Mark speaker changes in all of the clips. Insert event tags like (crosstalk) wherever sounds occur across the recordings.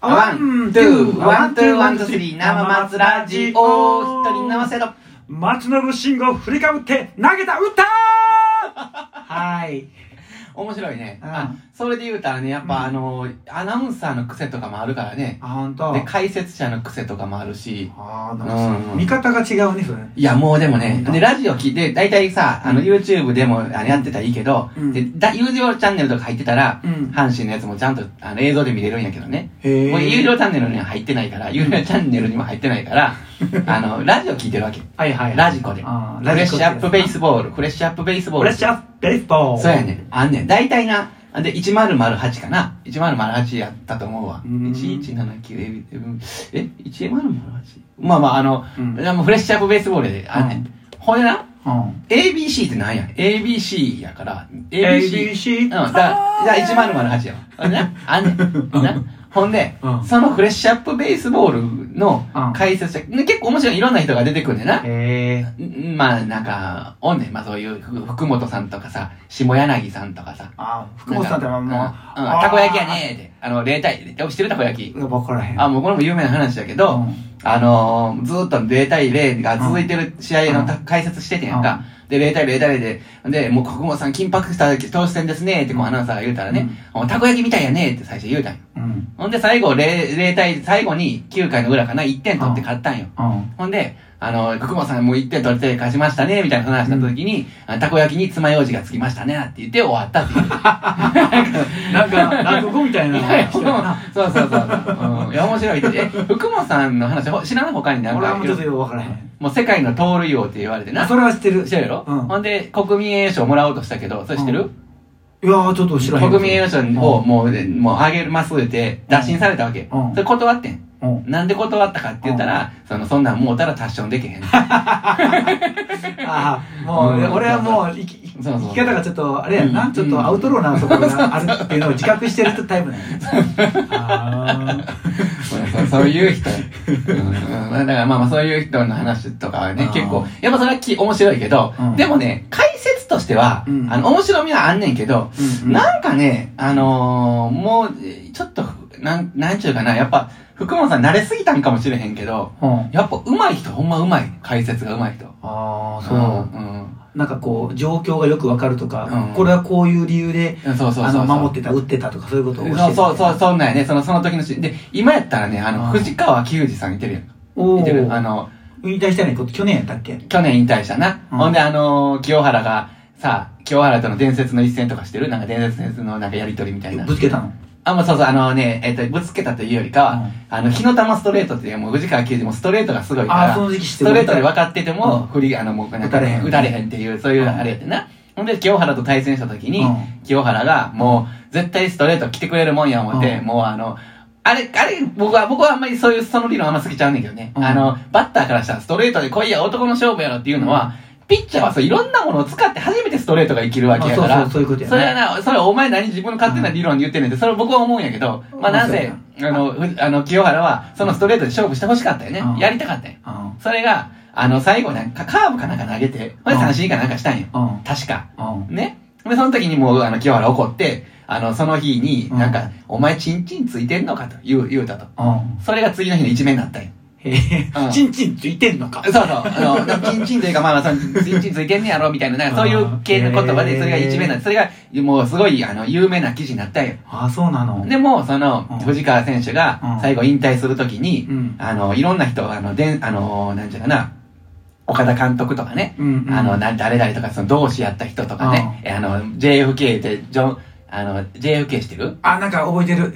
Speaker 1: ワン、ツー、ワン、ツー、ワン、ツー、スリー、生松ラジオ、一人生せろ。
Speaker 2: 松信慎吾振りかぶって投げた打ったーはい
Speaker 1: 面白いね。
Speaker 2: うん
Speaker 1: あ、それで言うたらね、やっ
Speaker 2: う
Speaker 1: ぱ、
Speaker 2: ん
Speaker 1: あの、アナウンサーの癖とかもあるからね。
Speaker 2: あ本当。
Speaker 1: で、解説者の癖とかもあるし。
Speaker 2: ああなん
Speaker 1: う
Speaker 2: か
Speaker 1: ん
Speaker 2: 見方が違うねそれ
Speaker 1: いや、もうでもね、
Speaker 2: うん
Speaker 1: で、ラジオ聞いて、だいたいさ、あの、YouTube でも、あの、やってたらいいけど、
Speaker 2: うん
Speaker 1: で、だ、有料チャンネルとか入ってたら、
Speaker 2: うん
Speaker 1: 阪神のやつもちゃんと、あの、映像で見れるんやけどね。
Speaker 2: へ
Speaker 1: もう有料
Speaker 2: え
Speaker 1: チャンネルには入ってないから、有料チャンネルにも入ってな
Speaker 2: (laughs)
Speaker 1: いから、あの、ラジオ聞いてるわけ。
Speaker 2: はいはい
Speaker 1: ラジコで。フ
Speaker 2: あー
Speaker 1: レッシュアップベー
Speaker 2: ボ
Speaker 1: スボール、フレッシュアップベースボー
Speaker 2: フレ
Speaker 1: ル
Speaker 2: ッ。シュアップベースボール
Speaker 1: そうやね。あんねん。大体な、で、1008かな。1008やったと思うわ。
Speaker 2: うーん
Speaker 1: 1179、えうんえ、1008? まあまあ、あの、
Speaker 2: うん
Speaker 1: でもフレッシュアップベースボールで、あんね
Speaker 2: うん
Speaker 1: ん。ほんでな、
Speaker 2: うん、
Speaker 1: ABC ってなんや ABC やから、ABC。
Speaker 2: ABC
Speaker 1: うん、だ、だから1008やわ。あんねあんねん。なほんで、
Speaker 2: うん
Speaker 1: そのフレッシュアップベースボールの解説者、ね結構面白い、いろんな人が出てくるんだよな。
Speaker 2: へえ
Speaker 1: んまあなんか、おんねん。まあそういう、ふ福本さんとかさ、下柳さんとかさ。
Speaker 2: あー福本さんってまあ
Speaker 1: う
Speaker 2: も
Speaker 1: ん、
Speaker 2: う
Speaker 1: うんたこ焼きやねーって。あの、例対、よく知ってるたこ焼き。
Speaker 2: 分からへん
Speaker 1: あ、もうこれも有名な話だけど、
Speaker 2: うん
Speaker 1: あのー、ずーっと0対0が続いてる試合のた解説しててんやんか。で、0対0対0で、で、もう国本さん緊迫した投手戦ですねーってこうアナウンサーが言うたらね、もうたこ焼きみたいやねーって最初言うたんよ。
Speaker 2: うん
Speaker 1: ほんで最後0、0対、最後に9回の裏かな、1点取って勝ったんよ。
Speaker 2: うん
Speaker 1: ほんで、あの、久保さんもう1点取って勝ちましたね、みたいな話になった時に、あたこ焼きに爪楊枝がつきましたね、って言って終わったっていう。
Speaker 2: なんか落語 (laughs) みたいない
Speaker 1: やいや
Speaker 2: 人やな
Speaker 1: そうそうそう。うん、いや、面白いって。え、福本さんの話、ほ知らない他になん
Speaker 2: 俺は
Speaker 1: か
Speaker 2: もうちょっと、よく分からへん
Speaker 1: もう世界の盗塁王って言われてな。
Speaker 2: それは知ってる
Speaker 1: 知ってるやろ、
Speaker 2: うん
Speaker 1: ほんで、国民栄誉賞もらおうとしたけど、それ知ってる、
Speaker 2: いやーちょっと知らへん
Speaker 1: 国民栄誉賞を
Speaker 2: う
Speaker 1: もう、ねもうあげますって、打診されたわけ。
Speaker 2: うん
Speaker 1: それ断ってん。
Speaker 2: んうん
Speaker 1: なんで断ったかって言ったら、その、そんなんもうたら達成できへん。
Speaker 2: ああもう
Speaker 1: うん
Speaker 2: 俺はもう生き生き
Speaker 1: そうそう
Speaker 2: 生き方がちょっとあれやな、
Speaker 1: うん
Speaker 2: ちょっとアウトローなところがあるっていうのを自覚してるタイプなんや
Speaker 1: (laughs)
Speaker 2: ねあ
Speaker 1: そう (laughs) そういう人、うんうんだからまあまあそういう人の話とかはね
Speaker 2: あー
Speaker 1: 結構やっぱそれはき面白いけど、
Speaker 2: うん
Speaker 1: でもね解説としては、
Speaker 2: うん
Speaker 1: あの面白みはあんねんけど、
Speaker 2: ーうん
Speaker 1: なんかねあのーもうちょっとなんなんちゅうかなやっぱ福本さん慣れすぎたんかもしれへんけど
Speaker 2: うん
Speaker 1: やっぱ上手い人ほんま上手い解説が上手い人
Speaker 2: ああ
Speaker 1: う、ん
Speaker 2: なんかこう状況がよくわかるとか、
Speaker 1: うん
Speaker 2: これはこういう理由で
Speaker 1: うん、そうそうそう
Speaker 2: あ
Speaker 1: そう
Speaker 2: の守ってた打ってたとかそういうことを教えて
Speaker 1: そうそうそうそんなんやねそのその時のしで今やったらねあの
Speaker 2: あー
Speaker 1: 藤川球児さんいてるやんか
Speaker 2: お
Speaker 1: いてるあ
Speaker 2: ー
Speaker 1: の
Speaker 2: 引退したねこと去年やったっけ
Speaker 1: 去年引退したな。
Speaker 2: うん
Speaker 1: ほんで、あのー清原が、さ清原との伝説の一戦とかしてるなんか伝説のなんかやりとりみたいな
Speaker 2: ぶ。つけたの
Speaker 1: あ、もうそうそう、あのね、えっ、と、ぶつけたというよりかは、
Speaker 2: うん
Speaker 1: あの、日の玉ストレートっていう、もう藤川球児もストレートがすごいか
Speaker 2: ああ
Speaker 1: ら
Speaker 2: そ、の時期知っ
Speaker 1: ス
Speaker 2: て
Speaker 1: ト
Speaker 2: る
Speaker 1: レートで分かってても、
Speaker 2: うん
Speaker 1: 振り、あの、もうなんか
Speaker 2: 打たれへん
Speaker 1: 打たれへんっていう、そういうあれやってな。ほんで、清原と対戦した時に、
Speaker 2: うん
Speaker 1: 清原が、もう、絶対ストレート来てくれるもんや思って、
Speaker 2: うん
Speaker 1: もうあの、あれ、あれ、僕は、僕はあんまりそういう、その理論あんま好きちゃうねんけどね。
Speaker 2: うん
Speaker 1: あの、バッターからしたらストレートで来いや、男の勝負やろっていうのは、ピッチャーはそう、いろんなものを使って初めてストレートが生きるわけやから。
Speaker 2: あそうそうそういうことやね
Speaker 1: それはな、それはお前何自分の勝手な理論で言ってんねんって、それは僕は思うんやけど、ま
Speaker 2: ま
Speaker 1: あ
Speaker 2: あ
Speaker 1: なんせ、
Speaker 2: そう
Speaker 1: あ
Speaker 2: やな
Speaker 1: の、ふあの、清原は、そのストレートで勝負してほしかったよね
Speaker 2: うん。
Speaker 1: やりたかったよ。
Speaker 2: うん
Speaker 1: それが、あの、最後なんか、カーブかなんか投げて、ほんで三振かなんかしたんよ。
Speaker 2: うん
Speaker 1: 確か。
Speaker 2: うん
Speaker 1: ね。で、その時にもう、あの、清原怒って、あの、その日に、
Speaker 2: うん
Speaker 1: なんか、お前、チンチンついてんのかと言う、言うたと。
Speaker 2: うん
Speaker 1: それが次の日の一面だったんよ。
Speaker 2: へえ
Speaker 1: うん
Speaker 2: チンチンついてんのか
Speaker 1: そうそう。あの、チンチンというか、まあまあ、その、チンチンついてんねやろ、みたいな、なんかそういう系の言葉で、それが一面だった。それが、もう、すごい、あの、有名な記事になったんよ。
Speaker 2: ああそうなの
Speaker 1: でも、その
Speaker 2: うん、
Speaker 1: 藤川選手
Speaker 2: う
Speaker 1: が
Speaker 2: ん、
Speaker 1: 最後引退するときに
Speaker 2: う、ん
Speaker 1: あの、いろんな人、あの、でん、あの、なんちゃうかな、岡田監督とかね、
Speaker 2: うんうん
Speaker 1: あの、な誰々とか、その、同志やった人とかね、えあの、JFK って、ジョン、あの、JFK してる (laughs)
Speaker 2: あなんか覚えてる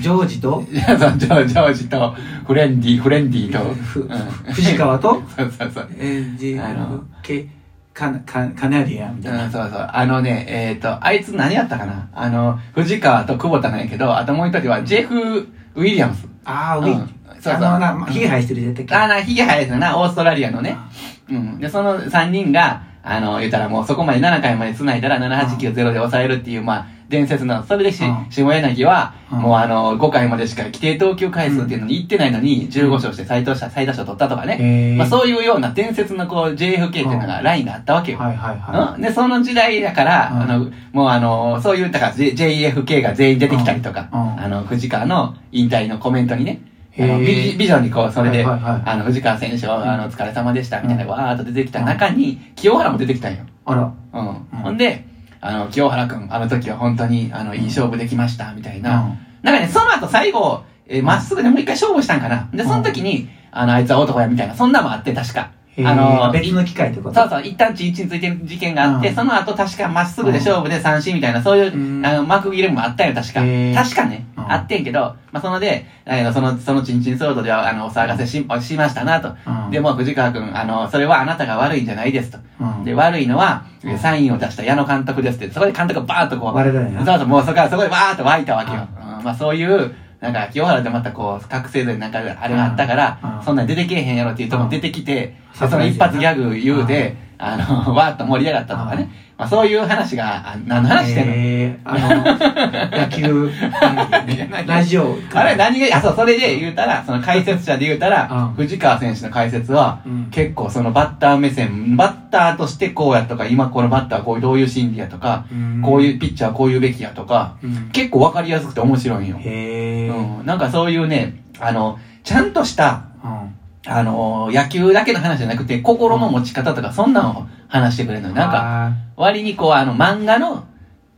Speaker 2: ジョージと
Speaker 1: いや、その、ジョジョージと、フレンディ、フレンディと、
Speaker 2: ふ
Speaker 1: うん
Speaker 2: 藤川と
Speaker 1: (laughs) そうそうそう。
Speaker 2: えー、ジ
Speaker 1: あの
Speaker 2: ケカカカナディアンみ
Speaker 1: う
Speaker 2: たい
Speaker 1: ん、
Speaker 2: な。
Speaker 1: そうそう。あのね、えっ、と、あいつ何やったかなあの、藤川と久保田なんやけど、あともう一人は、ジェフ・ウィリアムス。
Speaker 2: ああ、ウィ
Speaker 1: うんそうそう
Speaker 2: あのな、まヒゲ生えしてるやつだっけ
Speaker 1: あーな、ヒゲ生えてたな、オーストラリアのね
Speaker 2: あ。
Speaker 1: うん。で、その3人が、あの、言ったらもうそこまで7回まで繋いだら789-0で抑えるっていう、まあ、伝説なの。それでし、
Speaker 2: うん
Speaker 1: 下柳は、
Speaker 2: うん
Speaker 1: もうあの、5回までしか規定投球回数っていうのに行ってないのに、15勝して最多勝、最多勝取ったとかね。
Speaker 2: へー
Speaker 1: まあそういうような伝説のこう、JFK っていうのがラインがあったわけよ。
Speaker 2: はいはいは
Speaker 1: うんで、その時代だから、
Speaker 2: うん
Speaker 1: あの、もうあの、そういう、だから J- JFK が全員出てきたりとか、
Speaker 2: うんうん
Speaker 1: あの、藤川の引退のコメントにね、あ
Speaker 2: へ
Speaker 1: の
Speaker 2: ー
Speaker 1: ビジビジョンにこう、それで、
Speaker 2: はいはいはい
Speaker 1: あの、藤川選手は、あの、お疲れ様でした、みたいな、
Speaker 2: うん
Speaker 1: わーっと出てきた中に、清原も出てきたんよ。
Speaker 2: い。あら。
Speaker 1: うん。ほんで、あの、清原くん、あの時は本当に、あの、いい勝負できました、みたいな。なんかね、その後最後、えーまっすぐでもう一回勝負したんかな。で、その時に、あの、あいつは男や、みたいな、そんなもあって、確か。
Speaker 2: うん。
Speaker 1: あの、
Speaker 2: 別の機会ってこと
Speaker 1: そうそう、一旦地一についてる事件があって、
Speaker 2: うん
Speaker 1: その後確かまっすぐで勝負で三振みたいな、そういう、
Speaker 2: うん
Speaker 1: あの、幕切れもあったよ、確か。
Speaker 2: へー
Speaker 1: 確かね、
Speaker 2: うん
Speaker 1: あってんけど、まあ、そので、あのその、そのチンチン騒動では、あの、お騒がせし、しましたなと。
Speaker 2: うん
Speaker 1: でも、藤川くん、あの、それはあなたが悪いんじゃないですと。
Speaker 2: うん。
Speaker 1: で、悪いのは
Speaker 2: うん、
Speaker 1: サインを出した矢野監督ですって、そこで監督がバーッとこう、
Speaker 2: 我々だよ
Speaker 1: そうそう、もうそこからそこでバーッと湧いたわけよ。うんまあそういう、なんか、清原でまたこう、覚醒剤なんかあれがあったか
Speaker 2: うんう
Speaker 1: ら
Speaker 2: ん、
Speaker 1: そんなん出てけえへんやろっていうとこ出てきて、
Speaker 2: うん
Speaker 1: でその一発ギャグ言うて、あの、わーっと盛り上がったとかね。まあそういう話が、あ何の話してんの
Speaker 2: えー、あの、野
Speaker 1: (laughs)
Speaker 2: 球、ラジオか
Speaker 1: あ
Speaker 2: ら。
Speaker 1: れ何が、あ、そう、それで言うたら、その解説者で言うたら
Speaker 2: うん、
Speaker 1: 藤川選手の解説は
Speaker 2: うん、
Speaker 1: 結構そのバッター目線、バッターとしてこうやとか、今このバッターはこういうどういう心理やとか、
Speaker 2: うん
Speaker 1: こういうピッチャーはこういうべきやとか、
Speaker 2: うん
Speaker 1: 結構わかりやすくて面白いんよ。
Speaker 2: へえ。うん。
Speaker 1: うん、なんかそういうね、あの、ちゃんとした、あの野球だけの話じゃなくて、心の持ち方とか、そんなんを話してくれるのよ。なんか、
Speaker 2: か、
Speaker 1: 割にこう、あの、漫画の、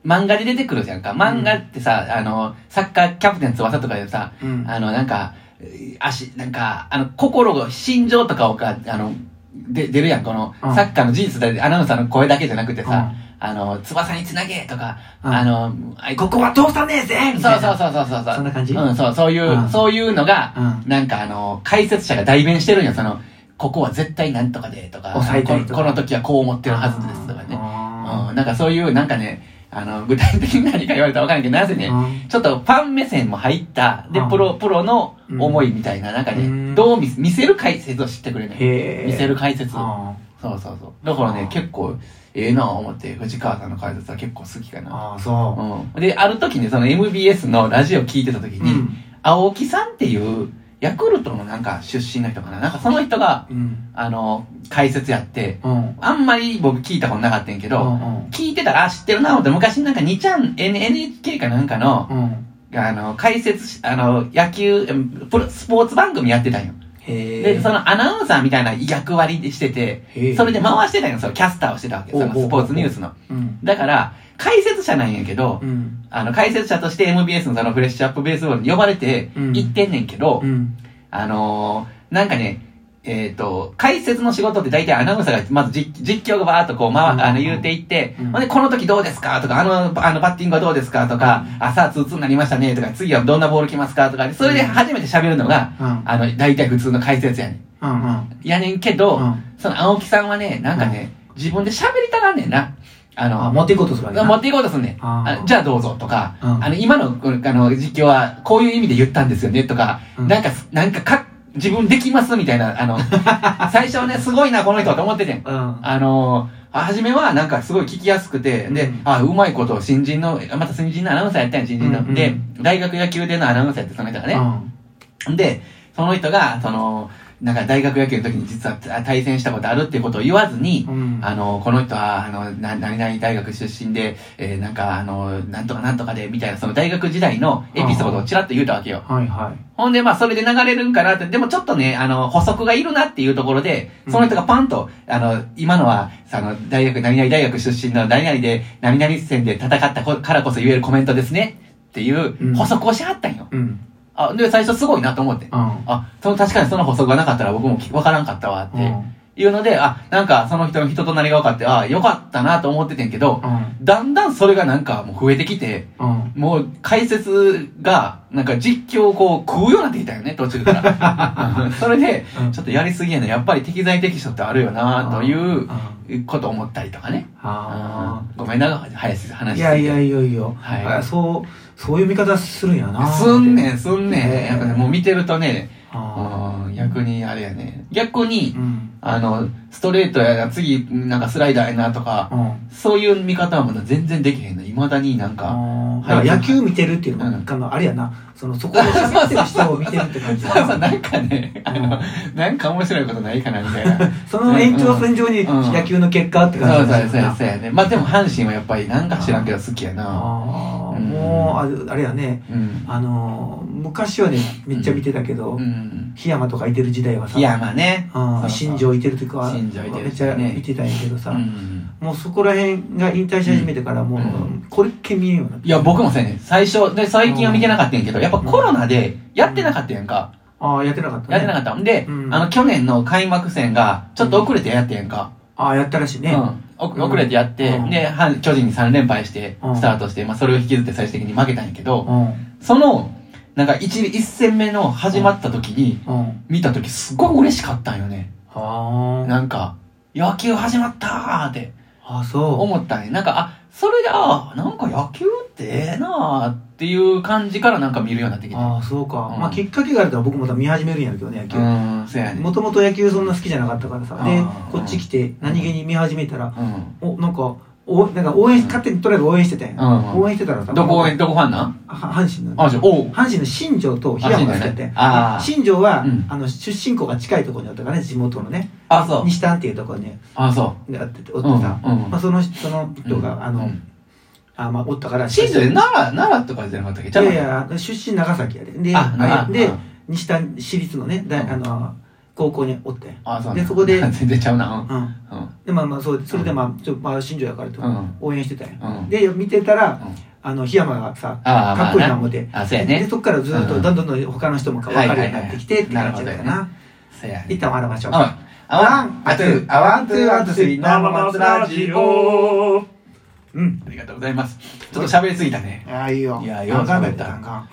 Speaker 1: 漫画で出てくるじゃんか。漫画ってさ、あの、サッカーキャプテン翼とかでさ、
Speaker 2: うん
Speaker 1: あの、なんか、えー足、なんか、あの、心が、心情とかをか、あの、で、出るやん、この、
Speaker 2: うん
Speaker 1: サッカーの事実だけアナウンサーの声だけじゃなくてさ、
Speaker 2: う
Speaker 1: あの、翼につなげとか、
Speaker 2: うん
Speaker 1: あの、あい
Speaker 2: ここは通さねえぜみたい
Speaker 1: そう
Speaker 2: な
Speaker 1: そうそうそうそう。
Speaker 2: そんな感じ
Speaker 1: うん、そう、そういう、
Speaker 2: うん
Speaker 1: そういうのが、
Speaker 2: う
Speaker 1: なんかあの、解説者が代弁してるんよ、その、ここは絶対なんとかで、とか、
Speaker 2: 抑えたりとか
Speaker 1: このこの時はこう思ってるはずです、とかね。
Speaker 2: あ
Speaker 1: うん、なんかそういう、なんかね、あの、具体的に何か言われたらわかんないけど、なぜ
Speaker 2: ー
Speaker 1: ね、
Speaker 2: うん
Speaker 1: ちょっとファン目線も入った、で
Speaker 2: う、ん
Speaker 1: プロ、プロの思いみたいな、なんか
Speaker 2: うん
Speaker 1: ね、どう見せ見せる解説を知ってくれね。
Speaker 2: へえ。
Speaker 1: 見せる解説。そう
Speaker 2: あ
Speaker 1: そうそう。だから
Speaker 2: うん
Speaker 1: ね、結構、ええなぁ思って、藤川さんの解説は結構好きか
Speaker 2: ー
Speaker 1: な。
Speaker 2: あー、そ
Speaker 1: うん。で、ある時にその MBS のラジオ聞いてた時
Speaker 2: う。
Speaker 1: に、青木さんっていう、ヤクルトのなんか出身の人かな。なんかその人が、
Speaker 2: うん。
Speaker 1: あの、解説やって、
Speaker 2: うん。うん。
Speaker 1: あんまり僕聞いたことなかったんやけ
Speaker 2: う
Speaker 1: ど、
Speaker 2: ん。
Speaker 1: 聞いてたら、あ、知ってるな思って、昔なんか2ちゃん、N- NHK かなんかの、
Speaker 2: うん。
Speaker 1: あの、解説し、あの、野球、うんプロスポーツ番組やってたんよ。
Speaker 2: へえ。
Speaker 1: で、そのアナウンサーみたいな役割でしてて、
Speaker 2: へー
Speaker 1: それで回してたんよ、そのキャスターをしてたわけ。そ
Speaker 2: ほう
Speaker 1: の
Speaker 2: ほうほう
Speaker 1: スポーツニュースの。
Speaker 2: うん。
Speaker 1: だから、解説者なんやけど、
Speaker 2: うん。
Speaker 1: あの、解説者として MBS のそのフレッシュアップベースボールに呼ばれて、
Speaker 2: うん
Speaker 1: 行ってんねんけど、
Speaker 2: うん。
Speaker 1: あのー、なんかね、えっ、と、解説の仕事って大体アナウンサーが、まず実実況がバーっとこう、ま
Speaker 2: うん
Speaker 1: あの、言うていって、
Speaker 2: うん
Speaker 1: ほんで、この時どうですかとか、あの、あの、バッティングはどうですかとか、あ、さあ、ツーツーになりましたねとか、次はどんなボール来ますかとか、それで初めて喋るのが、
Speaker 2: うん。
Speaker 1: あの、大体普通の解説やねん。
Speaker 2: うん。うん。
Speaker 1: やねんけど、
Speaker 2: うん
Speaker 1: その青木さんはね、なんかね、自分で喋りたがんねんな。あの、
Speaker 2: あ、持っていこうとするわけな
Speaker 1: 持っていこうとすんねん。
Speaker 2: あー
Speaker 1: あじゃあどうぞとか、
Speaker 2: うん
Speaker 1: あの、今の、このあの、実況は、こういう意味で言ったんですよね、とか、
Speaker 2: うん
Speaker 1: なんか、なんかか、自分できます、みたいな、
Speaker 2: (laughs)
Speaker 1: あの、最初ね、すごいな、この人と思っててん。
Speaker 2: うん。
Speaker 1: あのー、初めはなんかすごい聞きやすくて、
Speaker 2: う
Speaker 1: で
Speaker 2: ん、
Speaker 1: あ、うまいこと、新人の、また新人のアナウンサーやったんや、新人
Speaker 2: うんう
Speaker 1: の。
Speaker 2: ん
Speaker 1: で、大学野球でのアナウンサーやって、その人がね。で、その人が、その、なんか大学野球の時に実はあ対戦したことあるっていうことを言わずに、
Speaker 2: うん。
Speaker 1: あの、この人は、あの、な、何々大学出身で、えーなんか、あの、なんとかなんとかで、みたいな、その大学時代のエピソードをちらっと言うたわけよ。
Speaker 2: はいはい。
Speaker 1: ほんで、まあ、それで流れるんかなって、でもちょっとね、あの、補足がいるなっていうところで、その人がパンと、あの、今のは、その、大学、何々大学出身の何々で、何々戦で戦ったこからこそ言えるコメントですね、っていうう、
Speaker 2: ん
Speaker 1: 補足をしはったんよ。
Speaker 2: うん。
Speaker 1: あ、で、最初すごいなと思って。
Speaker 2: うん。
Speaker 1: あ、その、確かにその補足がなかったら僕もきわからんかったわって。
Speaker 2: うん。
Speaker 1: いうので、あ、なんかその人の人となりが分かって、あ、よかったなと思っててんけど
Speaker 2: う、ん。
Speaker 1: だんだんそれがなんかもう増えてきて、
Speaker 2: うん。
Speaker 1: もう解説が、なんか実況をこう食うようになってきたよね、途中
Speaker 2: (laughs)
Speaker 1: から。それで
Speaker 2: うん、
Speaker 1: ちょっとやりすぎやな、やっぱり適材適所ってあるよな、とい
Speaker 2: んあ
Speaker 1: うことを思ったりとかね。
Speaker 2: あ
Speaker 1: うんごめんな、早す話
Speaker 2: い
Speaker 1: し
Speaker 2: や
Speaker 1: すぎ
Speaker 2: い
Speaker 1: て
Speaker 2: やいやいや、
Speaker 1: はい
Speaker 2: あそうそういう見方するんやな
Speaker 1: すんねん、すん
Speaker 2: え
Speaker 1: ね
Speaker 2: え
Speaker 1: ん。やっぱね、もう見てるとね、
Speaker 2: あ
Speaker 1: うん逆にあれやね。逆に、
Speaker 2: ーうん
Speaker 1: あの、ストレートやな、次、なんかスライダーやなとか、
Speaker 2: うん
Speaker 1: そういう見方はまだ全然できへんの。未だになんか。
Speaker 2: あーだから野球見てるっていうの
Speaker 1: う
Speaker 2: も
Speaker 1: ん
Speaker 2: あのあれやなそのそこで喋ってる人を見てるって感じ
Speaker 1: そ
Speaker 2: や
Speaker 1: う (laughs) そう
Speaker 2: な
Speaker 1: なんかね、あの、なんか面白いことないかな、みたいな。
Speaker 2: (laughs) その延長線上に
Speaker 1: うん
Speaker 2: 野球の結果って
Speaker 1: そう
Speaker 2: 感じ
Speaker 1: そう
Speaker 2: や
Speaker 1: そう
Speaker 2: な
Speaker 1: そうやね。まあでも阪神はやっぱりなんか知らんけど好きやな。
Speaker 2: あー
Speaker 1: うん
Speaker 2: もうああれやね
Speaker 1: うん。
Speaker 2: あのー昔はねめっちゃ見てたけど
Speaker 1: うん。
Speaker 2: 檜山とかいてる時代はさ
Speaker 1: いや、まあね。
Speaker 2: うん新庄いてる時は
Speaker 1: 新庄いて
Speaker 2: め
Speaker 1: る
Speaker 2: っ
Speaker 1: 時
Speaker 2: ちゃ
Speaker 1: ね
Speaker 2: 見てたんやけど
Speaker 1: う
Speaker 2: さ
Speaker 1: ん。
Speaker 2: もうそこら辺が引退し始めてからも
Speaker 1: うん
Speaker 2: うこれっけ見えんようになって
Speaker 1: いや、僕もそうやね。最初、で、最近は見てなかったんやけど、やっぱコロナでやってなかったやんか。
Speaker 2: ああやってなかったね
Speaker 1: やってなかった。んで、
Speaker 2: うん
Speaker 1: あの、去年の開幕戦が、ちょっと遅れてやってやんか。
Speaker 2: ああやったらしいね
Speaker 1: うんおく。遅れてやって、
Speaker 2: うん
Speaker 1: で、阪巨人に3連敗して
Speaker 2: う、ん
Speaker 1: スタートして、まあ、それを引きずって最終的に負けたんやけど、
Speaker 2: うん
Speaker 1: その、なんか一、一戦目の始まった時に、
Speaker 2: うん
Speaker 1: 見た時すっごく嬉しかったんよね。
Speaker 2: はあ
Speaker 1: なんか、野球始まったーって
Speaker 2: あそ
Speaker 1: 思ったんや。なんか、あ、それで、あーなんか野球ってええなーっていう感じからなんか見るようになってき
Speaker 2: う
Speaker 1: て。
Speaker 2: ああそうか
Speaker 1: うん
Speaker 2: まあきっかけがあると僕も多分見始めるんやろうけどね野球
Speaker 1: うん、そうやね。
Speaker 2: もともと野球そんな好きじゃなかったからさ
Speaker 1: あ
Speaker 2: で
Speaker 1: ー
Speaker 2: こっち来て何気に見始めたら
Speaker 1: うん。
Speaker 2: おなんかおなんか応援勝手にとりあえず応援してたやん
Speaker 1: うんうん
Speaker 2: 応援してたらさ
Speaker 1: どこ応援、どこファンなん
Speaker 2: は阪神の
Speaker 1: あ、じゃあ、おう。
Speaker 2: 阪神の新庄と檜山が好きだっ
Speaker 1: あ
Speaker 2: て
Speaker 1: あー
Speaker 2: 新庄は、
Speaker 1: うん
Speaker 2: あの出身校が近いところにあったからね地元のね
Speaker 1: あ、そう。
Speaker 2: 西丹っていうところに
Speaker 1: あ、そう。
Speaker 2: あっててお
Speaker 1: う
Speaker 2: っ
Speaker 1: ん
Speaker 2: てさ、
Speaker 1: うん
Speaker 2: まあ、そのその人が、あの、
Speaker 1: うん
Speaker 2: あまあおったから
Speaker 1: 新庄で奈良、奈良とかじゃなかったっけ
Speaker 2: いやいや出身長崎やでで
Speaker 1: あ
Speaker 2: あ
Speaker 1: あ
Speaker 2: れで
Speaker 1: あ
Speaker 2: 西丹市立のね大
Speaker 1: うん
Speaker 2: あの高校におって
Speaker 1: あ、そう。
Speaker 2: でそこで
Speaker 1: 全然ちゃうな。
Speaker 2: うん
Speaker 1: うん。うん。
Speaker 2: でまあまあそうそれでまあちょまあ新庄やからと
Speaker 1: うん
Speaker 2: 応援してたやん、
Speaker 1: うん
Speaker 2: で見てたら
Speaker 1: うん
Speaker 2: あの檜山がさ
Speaker 1: ああ、まあ
Speaker 2: かっこいいな思って、
Speaker 1: あ、そうや
Speaker 2: で
Speaker 1: ね。
Speaker 2: そっからずっ
Speaker 1: う
Speaker 2: と
Speaker 1: ん
Speaker 2: どんどんどん他の人も分かるようになってきてって感じだったか
Speaker 1: はいはいはい
Speaker 2: な
Speaker 1: そうや
Speaker 2: 一
Speaker 1: ね。
Speaker 2: 旦笑いましょ
Speaker 1: う。
Speaker 2: うん
Speaker 1: あワン、あトゥー、あワン、トゥー、ワン、トゥー、スリー、ナンバーマスラジオ。
Speaker 2: うん
Speaker 1: ありがとうございます。ちょっと喋りすぎたね。
Speaker 2: ああいいよ
Speaker 1: いやよう
Speaker 2: ガンガン
Speaker 1: 喋った
Speaker 2: ガンガン